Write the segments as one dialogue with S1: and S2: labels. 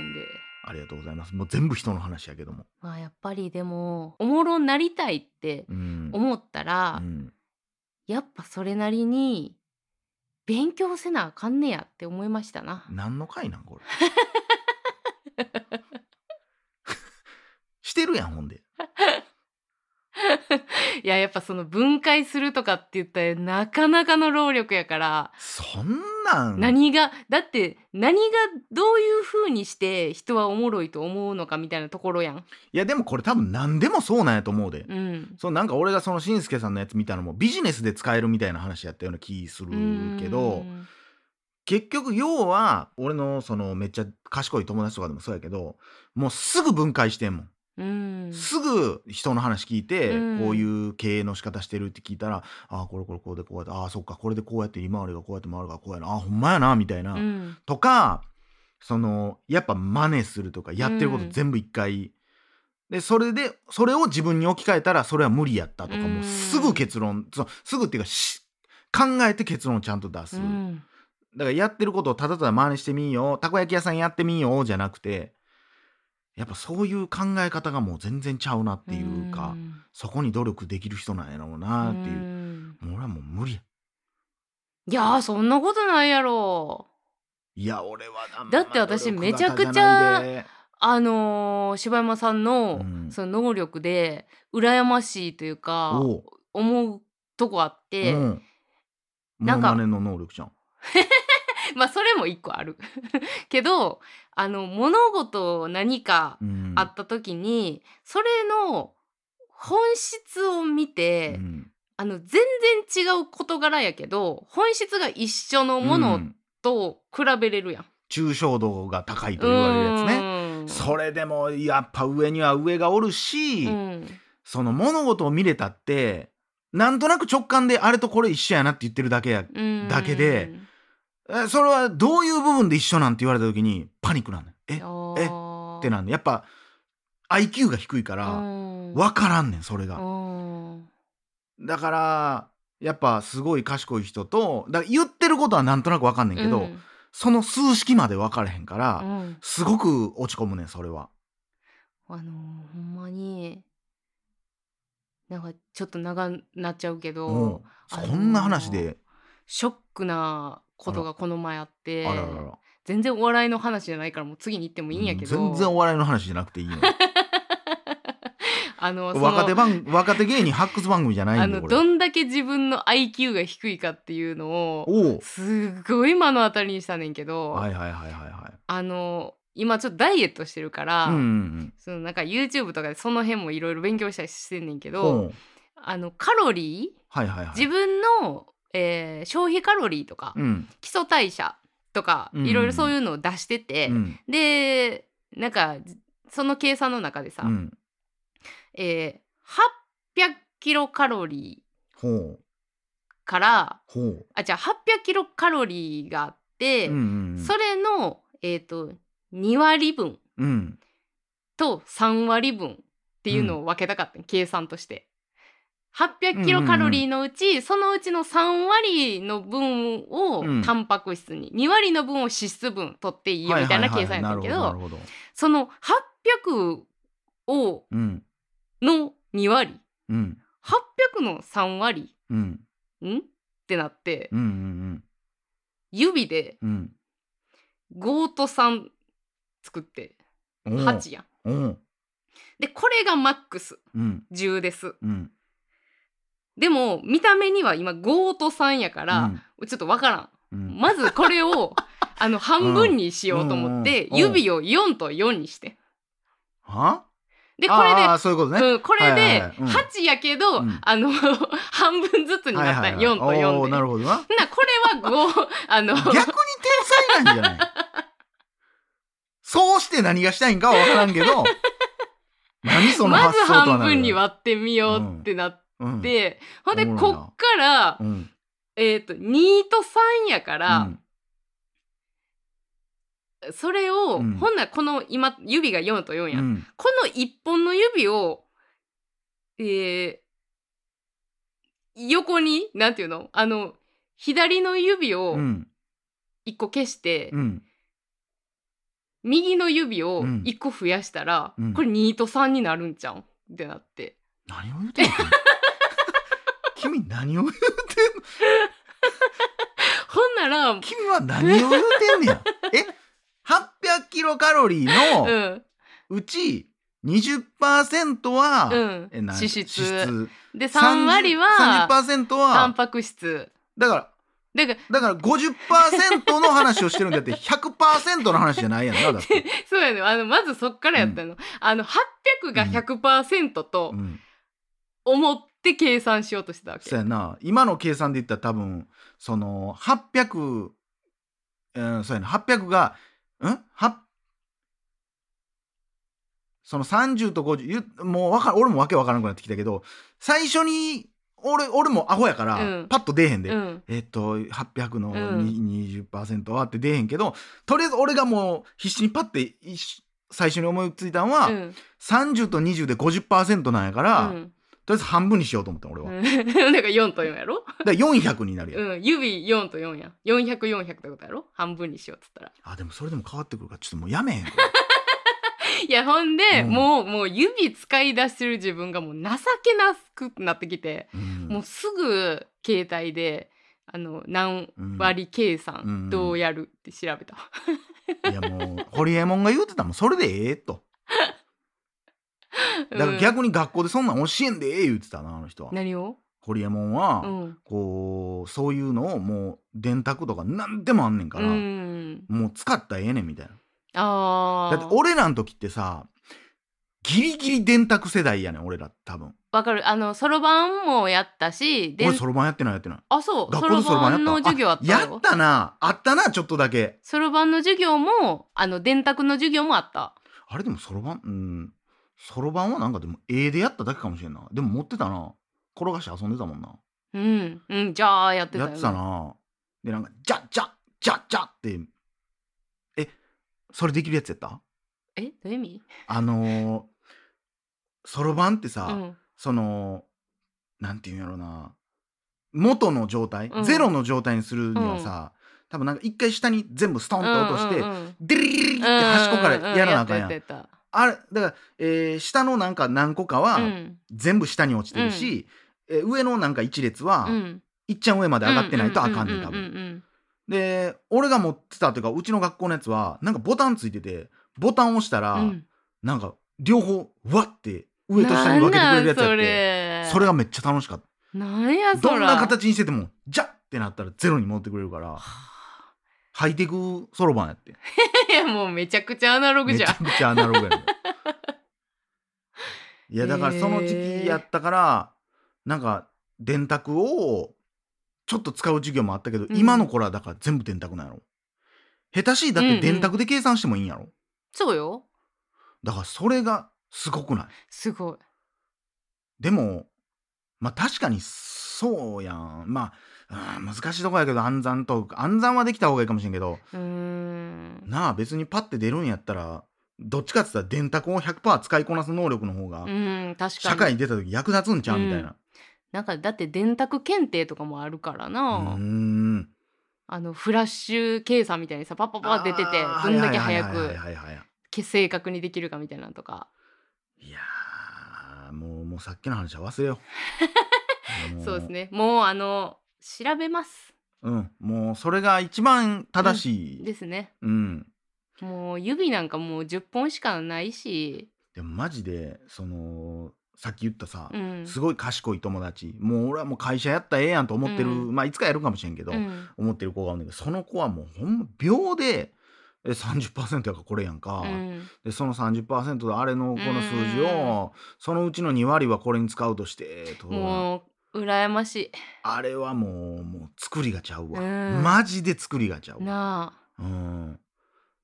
S1: りがとうございます。もう全部人の話やけども。
S2: まあやっぱりでもおもろになりたいって
S1: うん。
S2: 思ったら、
S1: うん
S2: やっぱそれなりに勉強せなあかんねやって思いましたな。
S1: 何の回なんこれ。 してるやん、ほんで。
S2: いややっぱその分解するとかって言ったらなかなかの労力やから、
S1: そんなん。
S2: 何がだって何がどういう風にして人はおもろいと思うのかみたいなところやん。
S1: いやでもこれ多分何でもそうなんやと思うで、
S2: うん。
S1: そうなんか俺がそのしんすけさんのやつ見たのもビジネスで使えるみたいな話やったような気するけど
S2: うん
S1: 結局要は俺のそのめっちゃ賢い友達とかでもそうやけどもうすぐ分解してんもん、
S2: うん。
S1: すぐ人の話聞いて、
S2: うん
S1: こういう経営の仕方してるって聞いたらああこれこれこうでこうやってああそっかこれでこうやって利回りがこうやって回るからこうやなああほんまやなみたいな、
S2: うん
S1: とかそのやっぱ真似するとかやってること
S2: うん
S1: 全部一回、でそれでそれを自分に置き換えたらそれは無理やったとか、
S2: うん
S1: もうすぐ結論そのすぐっていうかし考えて結論をちゃんと出す、
S2: うん
S1: だからやってることをただただ真似してみんよたこ焼き屋さんやってみんよじゃなくてやっぱそういう考え方がもう全然ちゃうなっていうか、
S2: ん
S1: そこに努力できる人なんやろうなっていう、
S2: ん
S1: もう俺はもう無理や
S2: いやーそんなことないやろ
S1: いや俺はあんま
S2: だって私
S1: 努力型
S2: めちゃくちゃ
S1: じないで
S2: あのー柴山さんの、
S1: うん
S2: その能力で羨ましいというか
S1: おう
S2: 思うとこあって、
S1: うん、
S2: なんか
S1: モノマネの能力じゃん。
S2: まあそれも一個ある けどあの物事何か
S1: うん
S2: あった時に、それの本質を見て、
S1: うん
S2: あの全然違う事柄やけど本質が一緒のも
S1: う
S2: の
S1: ん
S2: と比べれるやん。
S1: 抽象度が高いと言われるやつね。
S2: うん
S1: それでもやっぱ上には上がおるし、
S2: うん
S1: その物事を見れたってなんとなく直感であれとこれ一緒やなって言ってるだけや
S2: うん
S1: だけでえそれはどういう部分で一緒なんて言われた時にパニックなんだよえっえ
S2: って
S1: なんのやっぱ IQ が低いか
S2: た
S1: ら分からんねんそれが。だからやっぱすごい賢い人とだから言ってることはなんとなく分かんねんけど、
S2: うん
S1: その数式まで分からへんから、
S2: うん
S1: すごく落ち込むねんそれは。
S2: あのーほんまになんかちょっと長なっちゃうけど、
S1: うん
S2: あのー
S1: そんな話で、
S2: ショックなことがこの前あって
S1: あららら
S2: 全然お笑いの話じゃないからもう次に行ってもいいんやけど、
S1: 全然お笑いの話じゃなくていいの
S2: あのその
S1: 若手番若手芸人発掘番組じゃない
S2: あ
S1: んで
S2: の
S1: これ
S2: どんだけ自分の IQ が低いかっていうのを
S1: おう
S2: すごい目の当たりにしたねんけど、
S1: はいはいはいはいは
S2: あの今ちょっとダイエットしてるから、
S1: いうんうん
S2: そのなんか YouTube とかでその辺もいろいろ勉強したりしてんねんけ
S1: うん
S2: ど、
S1: おう
S2: あのカロリー
S1: はいはいはい
S2: 自分の、えー消費カロリーとか、
S1: うん
S2: 基礎代謝とか、
S1: うん
S2: いろいろそういうのを出してて、
S1: うん
S2: でなんかその計算の中でさ、
S1: うん
S2: えー800キロカロリ
S1: ほう
S2: ーから
S1: ほう
S2: あじゃあ800キロカロリーがあって、
S1: うんうんうん
S2: それの、えー、と2割分
S1: うん
S2: と3割分っていうのを分けたかった、計算として。800キロカロリーのうち、そのうちの3割の分を
S1: うん
S2: タンパク質に、2割の分を脂質分取っていいよみたいな計算やったんやけど,、
S1: はいはいはいなるほどなるほど
S2: その800を
S1: うん
S2: の2割
S1: うん
S2: 800の3割
S1: うん
S2: んってなって
S1: うんうん
S2: 指で
S1: うん
S2: 5と3作って
S1: うんおう
S2: 8やん。
S1: おう
S2: でこれがマックス
S1: うん
S2: 10です。
S1: うん
S2: でも見た目には今5と3やから、ちょっとわから
S1: うんうん
S2: ん。まずこれ をあの半分にしようと思って、
S1: うんうん
S2: 指を4と4にして。
S1: は
S2: でこれで
S1: ああそういうことね
S2: うん、これ
S1: はいはい
S2: で
S1: はいうん
S2: 8やけど、
S1: うん
S2: あの 半分ずつになった、
S1: はいはいはい
S2: 4と4
S1: お
S2: で。
S1: ー
S2: な
S1: なるほどな
S2: なこれは5あの
S1: 逆に天才なんじゃないそうして何がしたいんかは分からんけ ど何その
S2: まず
S1: 発想とは
S2: 半
S1: なる
S2: 分に割ってみようってなっ
S1: うん
S2: て、ほんで
S1: おもろい
S2: こ
S1: な
S2: っから、
S1: うん
S2: えっ、と2と3やから、それを、
S1: うん
S2: ほんならこの今指が4と4
S1: うん
S2: や、
S1: うん
S2: この1本の指をえー横になんていうのあの左の指を
S1: うん
S2: 1個消して、
S1: うん
S2: 右の指を
S1: うん
S2: 1個増やしたら、
S1: うん
S2: これ2と3になるんじゃうんってなって
S1: 何を言うてんの君何を言うてんの
S2: ほんなら、う
S1: 君は何を言うてん ねやえ800キロカロリーの
S2: ん
S1: うち20%は、
S2: うん、
S1: えなん
S2: 脂質
S1: 脂質
S2: で3割は
S1: 30 30%
S2: タン
S1: は
S2: パク質
S1: だから
S2: だから
S1: だから50%の話をしてるんだって100%の話じゃないやんなだって、
S2: そうやねあのまずそっからやったの,、あの800が100%と
S1: うん、
S2: 思って計算しようとしてたわけ、
S1: そうやな今の計算で言ったら多分その800うんそうやな800がん8その30と50ゆもうわか俺もわけわからなくなってきたけど最初に俺俺もアホやから、
S2: うん
S1: パッと出えへんで、
S2: うん、
S1: えっと800の
S2: うん
S1: に20%はって出えへんけどとりあえず俺がもう必死にパッて一瞬最初に思いついたんは、
S2: うん
S1: 30と20で50%なんやから、
S2: う
S1: とり
S2: ん
S1: あえず半分にしようと思った俺は、
S2: うん、 だから4と4やろ、
S1: だから400になるやん、
S2: うん、指4と4や400400ってことやろ半分にしようっつったら
S1: あでもそれでも変わってくるからちょっともうやめ へんこ
S2: いやほんで、
S1: うん
S2: もうもう指使い出してる自分がもう情けなくなってきて、
S1: れ、うん
S2: もうすぐ携帯であの何
S1: うん
S2: 割計算、
S1: うん
S2: どうやるって調べた、
S1: いやもうホリエモンが言うてたもんそれでええとだから
S2: うん
S1: 逆に学校でそんなん教えんでええ言うてたなあの人は、
S2: 何を、
S1: ホリエモンは、
S2: うん
S1: こうそういうのをもう電卓とか何でもあんねんから、
S2: うん、
S1: もう使ったらええねんみたいな
S2: あ
S1: だって
S2: ー
S1: 俺らの時ってさギリギリ電卓世代やねん俺ら多分
S2: わかるあのそろばんもやったしで
S1: 俺そろばんやってないやってない
S2: あそうそ
S1: 学校
S2: ろ
S1: でそろばん
S2: ば
S1: やった
S2: んの授業あった
S1: やっ
S2: よ
S1: たなあったなちょっとだけ
S2: そろばんの授業もあの電卓の授業もあった
S1: あれでもそろばんうんそろばんはなんかでも絵でやっただけかもしれんなでも持ってたな転がして遊んでたもんな
S2: うんうんじゃあやってたよ
S1: や
S2: ね
S1: ってたなでなんか「じゃじゃじゃじゃ」ってえそれできるやつやった
S2: えどういう意味
S1: あのそろばんってさ、
S2: うん
S1: そのなんていうんやろな元の状態、
S2: うん
S1: ゼロの状態にするにはさ、多分なんか一回下に全部ストンって落として、
S2: うんうんうん
S1: デリリリリって端っこからやらなあかんやん。
S2: うううやったやった
S1: あれだから、えー下のなんか何個かは
S2: うん
S1: 全部下に落ちてるし、えー上のなんか一列は
S2: うん
S1: いっちゃん上まで上がってないとあかんねん多
S2: う
S1: 分。
S2: ううん
S1: で俺が持ってたというかうちの学校のやつはなんかボタンついててボタン押したら、
S2: うん
S1: なんか両方わって
S2: うん
S1: 上と下に分けてくれるやつやって
S2: なんなん
S1: そ
S2: そ
S1: れ
S2: れ
S1: がめっちゃ楽しかった。
S2: なんやそ
S1: ど
S2: ら
S1: んな形にしてても「じゃっ!」ってなったらゼロに戻ってくれるから
S2: は
S1: ハイテクそろばんやって
S2: あいやもうめちゃくちゃアナログ
S1: め
S2: じ
S1: ち
S2: ゃ
S1: ゃ
S2: ん
S1: くちゃアナログやねんいやだからその時期やったから、なんか電卓をちょっと使う授業もあったけど、
S2: ん
S1: 今の頃はだから全部電卓なんやろ下手しいだって電卓で計算してもいいんやろ、
S2: そうよ
S1: だからそれがすごくない
S2: すごい
S1: でもまあ確かにそうやんまあ、うん難しいとこやけど暗算と暗算はできた方がいいかもしれんけど
S2: うーん
S1: なあ別にパッて出るんやったらどっちかっつったら電卓を100%使いこなす能力の方が
S2: うん確かに
S1: 社会に出た時役立つんちゃうみたいな
S2: なんかだって電卓検定とかもあるから
S1: う
S2: な、
S1: ーん
S2: あのフラッシュ計算みたいにさパッパッパッ出てて
S1: あー
S2: どんだけ
S1: はい
S2: 早
S1: はいはい
S2: く
S1: はいはいは
S2: け正確にできるかみたいなのとか、
S1: いいやーもうもうさっきの話は忘れよう も
S2: そうですねもうあの調べます
S1: うんもうそれが一番正しい
S2: ですね
S1: うん、
S2: もう指なんかもう10本しかないし、
S1: でもマジでそのさっき言ったさ、
S2: うん、
S1: すごい賢い友達もう俺はもう会社やったらええやんと思ってる、
S2: うん
S1: まあいつかやるかもしれんけど、
S2: うん
S1: 思ってる子がおんねんけどその子はもうほんま秒でえ30%やからこれやんか、
S2: うん
S1: でその30%であれのこの数字
S2: うん
S1: をそのうちの2割はこれに使うとしてと
S2: もう羨まし
S1: あれはもうもう作りがちゃうわ、
S2: うん
S1: マジで作りがちゃ
S2: いう
S1: わ、
S2: なあ
S1: うん、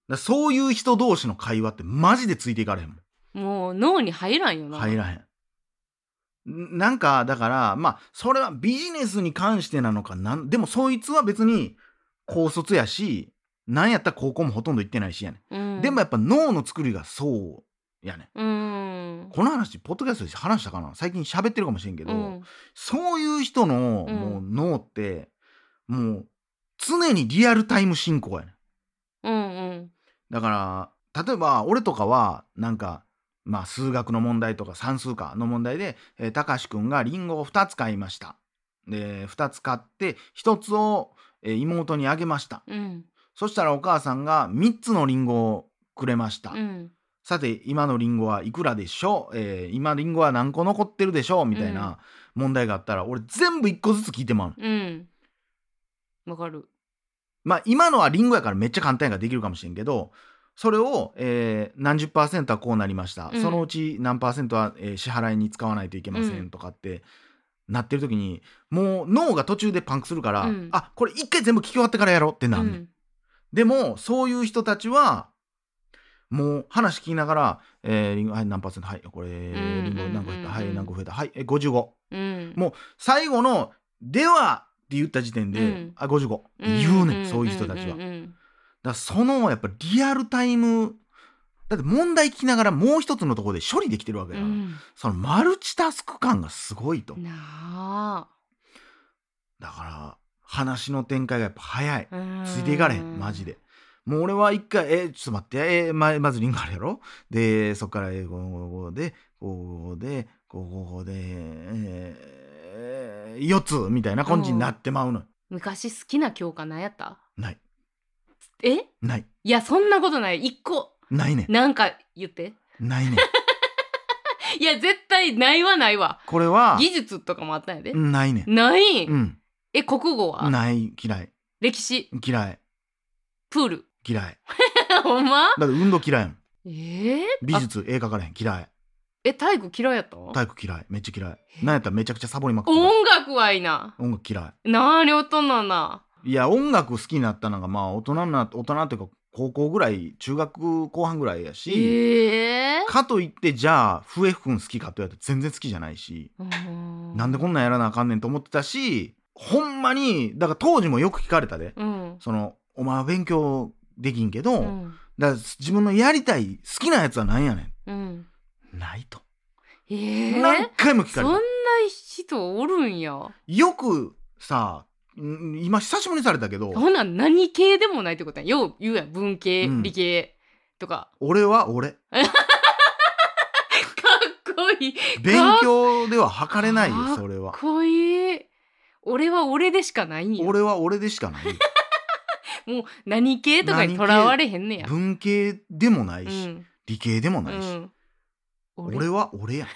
S1: だそういう人同士の会話ってマジでついていかれへんもん
S2: もう脳に入らんよな
S1: 入らへん。んなんかだからまあそれはビジネスに関してなのかなんでもそいつは別に高卒やしなんやったら高校もほとんど行ってないしやね、
S2: うん
S1: ん、でもやっぱ脳の作りがそうやね
S2: うん
S1: んこの話ポッドキャストで話したかな最近喋ってるかもしれんけど、
S2: うん
S1: そういう人の
S2: うん
S1: もう脳って、もう常にリアルタイム進行やねん
S2: うんうん
S1: だから例えば俺とかはなんかまあ数学の問題とか算数かの問題で、えー、たかしくんがリンゴを2つ買いましたで2つ買って1つを、えー妹にあげました
S2: うん
S1: そしたらお母さんが3つのリンゴをくれました、
S2: うん
S1: さて今のリンゴはいくらでしょう、えー今リンゴは何個残ってるでしょうみたいな問題があったら、俺全部1個ずつ聞いてもらう
S2: うんわかる
S1: まあ今のはリンゴやからめっちゃ簡単やからできるかもしれんけどそれを、えー何十パーセントはこうなりました、
S2: うん
S1: そのうち何パーセントは、えー支払いに使わないといけませ
S2: うんん
S1: とかって、なってる時にもう脳が途中でパンクするから、
S2: うん
S1: あこれ一回全部聞き終わってからやろうってなんねん、でもそういう人たちはもう話聞きながら「えーリンゴはい何パーセントはいこれ
S2: ん
S1: リンゴ何個減った
S2: うん
S1: はい何個増えたはいえ55」
S2: うんうん
S1: もう最後の「では」って言った時点で
S2: う
S1: 「
S2: ん
S1: あ55」って
S2: ん
S1: 言うねん、
S2: ん
S1: そういう人たちは。
S2: んうん
S1: だからそのやっぱリアルタイムだって問題聞きながらもう一つのところで処理できてるわ
S2: う
S1: けだ
S2: ん
S1: から、そのマルチタスク感がすごいと、
S2: うんなあ
S1: だから話の展開がやっぱ早いつ
S2: つ
S1: いていかれへんマジでもう俺は一回「えちょっと待ってえままずリンゴあるやろでそっからえ55で55で55でえー、4つ」みたいな感じになってまうのよ
S2: 昔好きな教科何やった
S1: ない
S2: え
S1: ない
S2: いやそんなことない一個
S1: ないね
S2: なんか言って
S1: んないねん
S2: いや絶対ないはないわ
S1: これ は
S2: 技術とかもあったんやで、
S1: ないねん
S2: ない、
S1: うん
S2: え国語は
S1: ない嫌い
S2: 歴史
S1: 嫌い
S2: プール
S1: 嫌い
S2: ほんま
S1: だって運動嫌いやもん
S2: えー、
S1: 美
S2: あ
S1: 術絵描かれへん嫌い
S2: え体育嫌いやった
S1: 体育嫌いめっちゃ嫌い
S2: え
S1: なんやったらめちゃくちゃサボりまくって
S2: 音楽はいいな
S1: た音楽嫌
S2: なあ両となない
S1: いや音楽好きになったのがまあ大人にな大人っていうか高校ぐらい中学後半ぐらいやし、
S2: ええ
S1: かといってじゃあ笛吹くん好きかと言われたら全然好きじゃないし、
S2: ー、
S1: なんでこんなんやらなあかんねんと思ってたしほんまにだから当時もよく聞かれたで、
S2: うん
S1: そのお前は勉強できんけど、
S2: うん
S1: だから自分のやりたい好きなやつは何やね
S2: うん
S1: んないと、
S2: ええ
S1: 何回も聞
S2: そ
S1: かれ
S2: ん
S1: た
S2: な人おるんや
S1: よくさん今久しぶりにされたけど
S2: ほな何系でもないってことやよう言うやん文系、
S1: うん
S2: 理系とか
S1: 俺は俺
S2: かっこいいか
S1: 勉強では測れない
S2: か
S1: よ
S2: っ
S1: それは
S2: っこいい俺は俺でしかないんや
S1: 俺は俺で しかないよ
S2: もう何系とかにとらわれへんねや
S1: 文系でもないうし、
S2: ん
S1: 理系でも
S2: う
S1: ないし、
S2: ん俺
S1: 俺は俺やん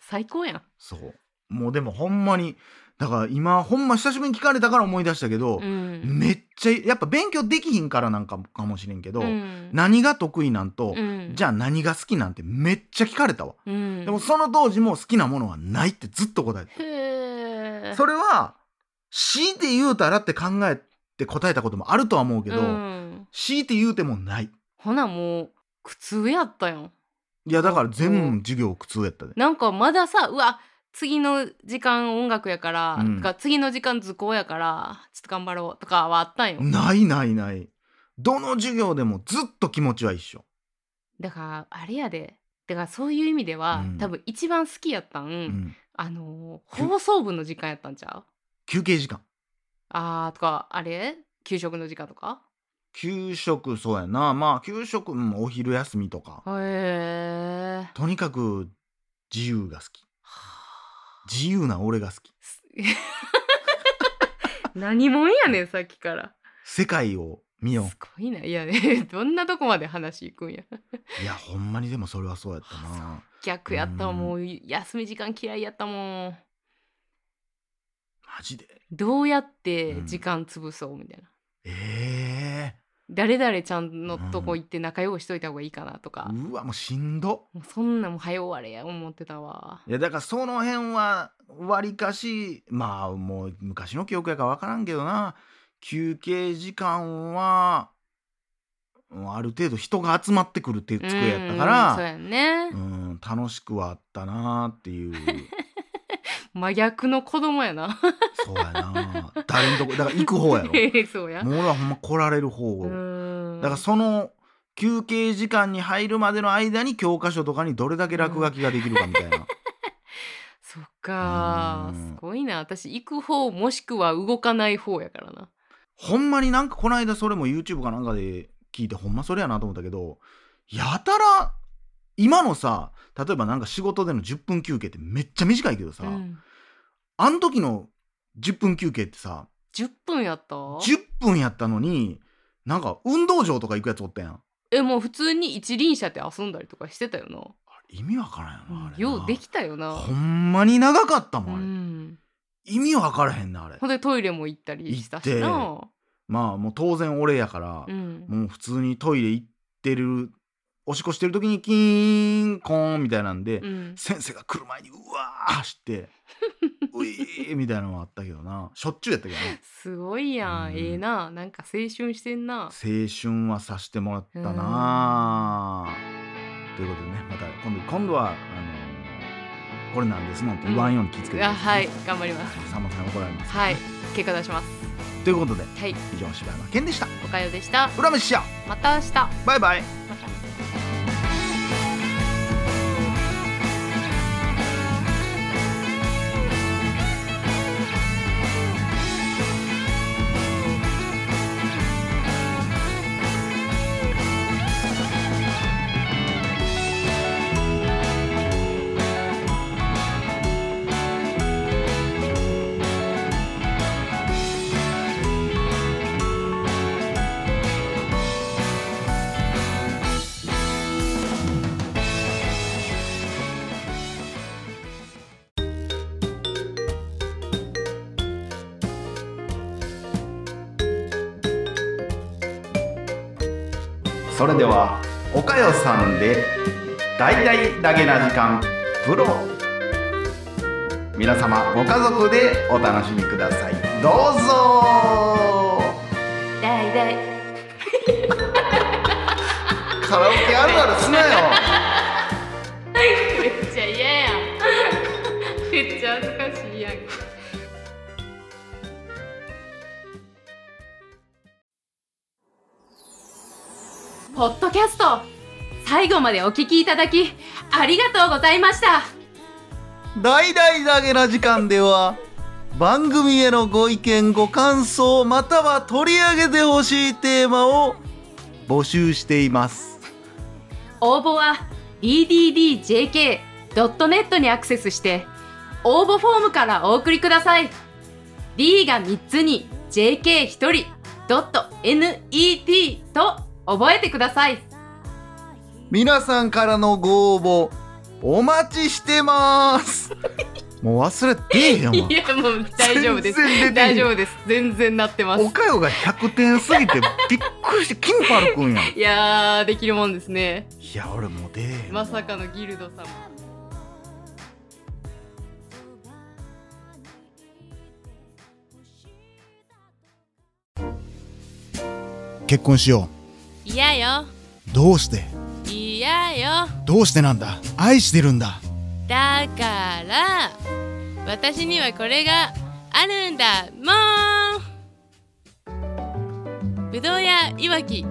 S2: 最高やん
S1: そうもうでもほんまにだから今ほんま久しぶりに聞かれたから思い出したけど
S2: う、ん
S1: めっちゃやっぱ勉強できひんからなんかかもしれんけど、
S2: うん
S1: 何が得意なんと、
S2: うん
S1: じゃあ何が好きなんてめっちゃ聞かれたわ、
S2: うん
S1: でもその当時も好きなものはないってずっと答えてた
S2: へえ
S1: それは強いて言うたらって考えて答えたこともあるとは思うけど、
S2: うん
S1: 強いて言うてもない
S2: ほなもう苦痛やったやん
S1: いやだから全
S2: う
S1: 部授業苦痛やったで
S2: なんかまださうわ次の時間音楽やから、
S1: うん
S2: とか次の時間図工やからちょっと頑張ろうとかはあったんよ、
S1: ないないないどの授業でもずっと気持ちは一緒
S2: だからあれやでだからそういう意味では、
S1: うん
S2: 多分一番好きやったん、
S1: うん
S2: あのー放送部の時間やったんちゃう
S1: 休憩時間
S2: あーとかあれ給食の時間とか
S1: 給食そうやなまあ給食、うん、お昼休みとか
S2: へえ
S1: とにかく自由が好き自由な俺が好き
S2: 何もんやねんさっきから
S1: 世界を見よ
S2: すごいないや ねどんなとこまで話いくんや
S1: ういやほんまにでもそれはそうやったな
S2: 逆やったわ
S1: うん
S2: もう休み時間嫌いやったもん
S1: マジで
S2: どうやって
S1: うん
S2: 時間潰そうみたいな、
S1: え
S2: 誰々ちゃんのとこ行って仲良くしといた方がいいかなと
S1: え
S2: か、
S1: うわもうしんど
S2: もうそんなんもう早終われや思ってたわ
S1: いやだからその辺はわりかしまあもう昔の記憶やから分からんけどな休憩時間はうんある程度人が集まってくるっていう机やったか
S2: うんそう
S1: ら
S2: やんね、
S1: うん楽しくはあったなっていう
S2: 真逆の子供やな
S1: そうや な誰のとこだから行く方やろ
S2: そうや
S1: もう俺はほんま来られる方
S2: う
S1: だ
S2: ん
S1: からその休憩時間に入るまでの間に教科書とかにどれだけ落書きができるかみたいな
S2: そっか
S1: うん
S2: すごいな私行く方もしくは動かない方やからな
S1: ほんまになんかこの間それも YouTube かなんかで聞いてほんまそれやなと思ったけどやたら今のさ例えばなんか仕事での10分休憩ってめっちゃ短いけどさ、
S2: うん、
S1: あの時の10分休憩ってさ
S2: 10分やった
S1: 10分やったのになんか運動場とか行くやつおったやん
S2: えもう普通に一輪車で遊んだりとかしてたよな
S1: 意味わからんよなあれな
S2: ようできたよな
S1: ほんまに長かったもんあ
S2: う
S1: れ、
S2: ん、
S1: 意味わからへんなあれ
S2: ほんでトイレも行ったりしたしな
S1: 行まあもう当然俺やから
S2: う、ん
S1: もう普通にトイレ行ってるおしっこしてる時にキーンコーンみたいなんで、
S2: うん
S1: 先生が来る前にうわー走って ういーみたいなのもあったけどなしょっちゅうやったけどね
S2: すごいやん、
S1: うん
S2: ええななんか青春してんな
S1: 青春はさしてもらったなあということでねまた今度今度はあのこれなんですもんって言わんように気ぃつけてくだ
S2: あ
S1: さ
S2: はいい
S1: ね、
S2: 頑張ります
S1: さんまさんに怒られますから
S2: は
S1: ね、
S2: い結果出します
S1: ということで
S2: はい
S1: 以上柴山健でした
S2: おかよでした
S1: 裏飯や
S2: また明日ま
S1: バイバイ
S2: た
S1: それではおかよさんで大々だけな時間プロ皆様ご家族でお楽しみくださいどうぞ
S2: だいだい
S1: カラオケあるあるすなよ
S2: めっちゃ嫌やん めっちゃ恥ずかしいやんポッドキャスト最後までお聞きいただきありがとうございました
S1: 大々だけな時間では番組へのご意見ご感想または取り上げてほしいテーマを募集しています
S2: 応募は ddjk.net にアクセスして応募フォームからお送りください D が3つに JK1 人 .net と覚えてください
S1: 皆さんからのご応募お待ちしてます もう忘れてえへんわ
S2: いやもう大丈夫です
S1: 全然出てへん
S2: 大丈夫です全然なってます
S1: おかよが100点すぎてびっくりしてキンパルくんやんい
S2: いやーできるもんですね
S1: や俺もう出えへん
S2: まさかのギルド様
S1: 結婚しよ
S2: 嫌よ
S1: うどうして
S2: 嫌よ
S1: どうしてなんだ愛してるんだ
S2: だから私にはこれがあるんだもんぶどうやいわき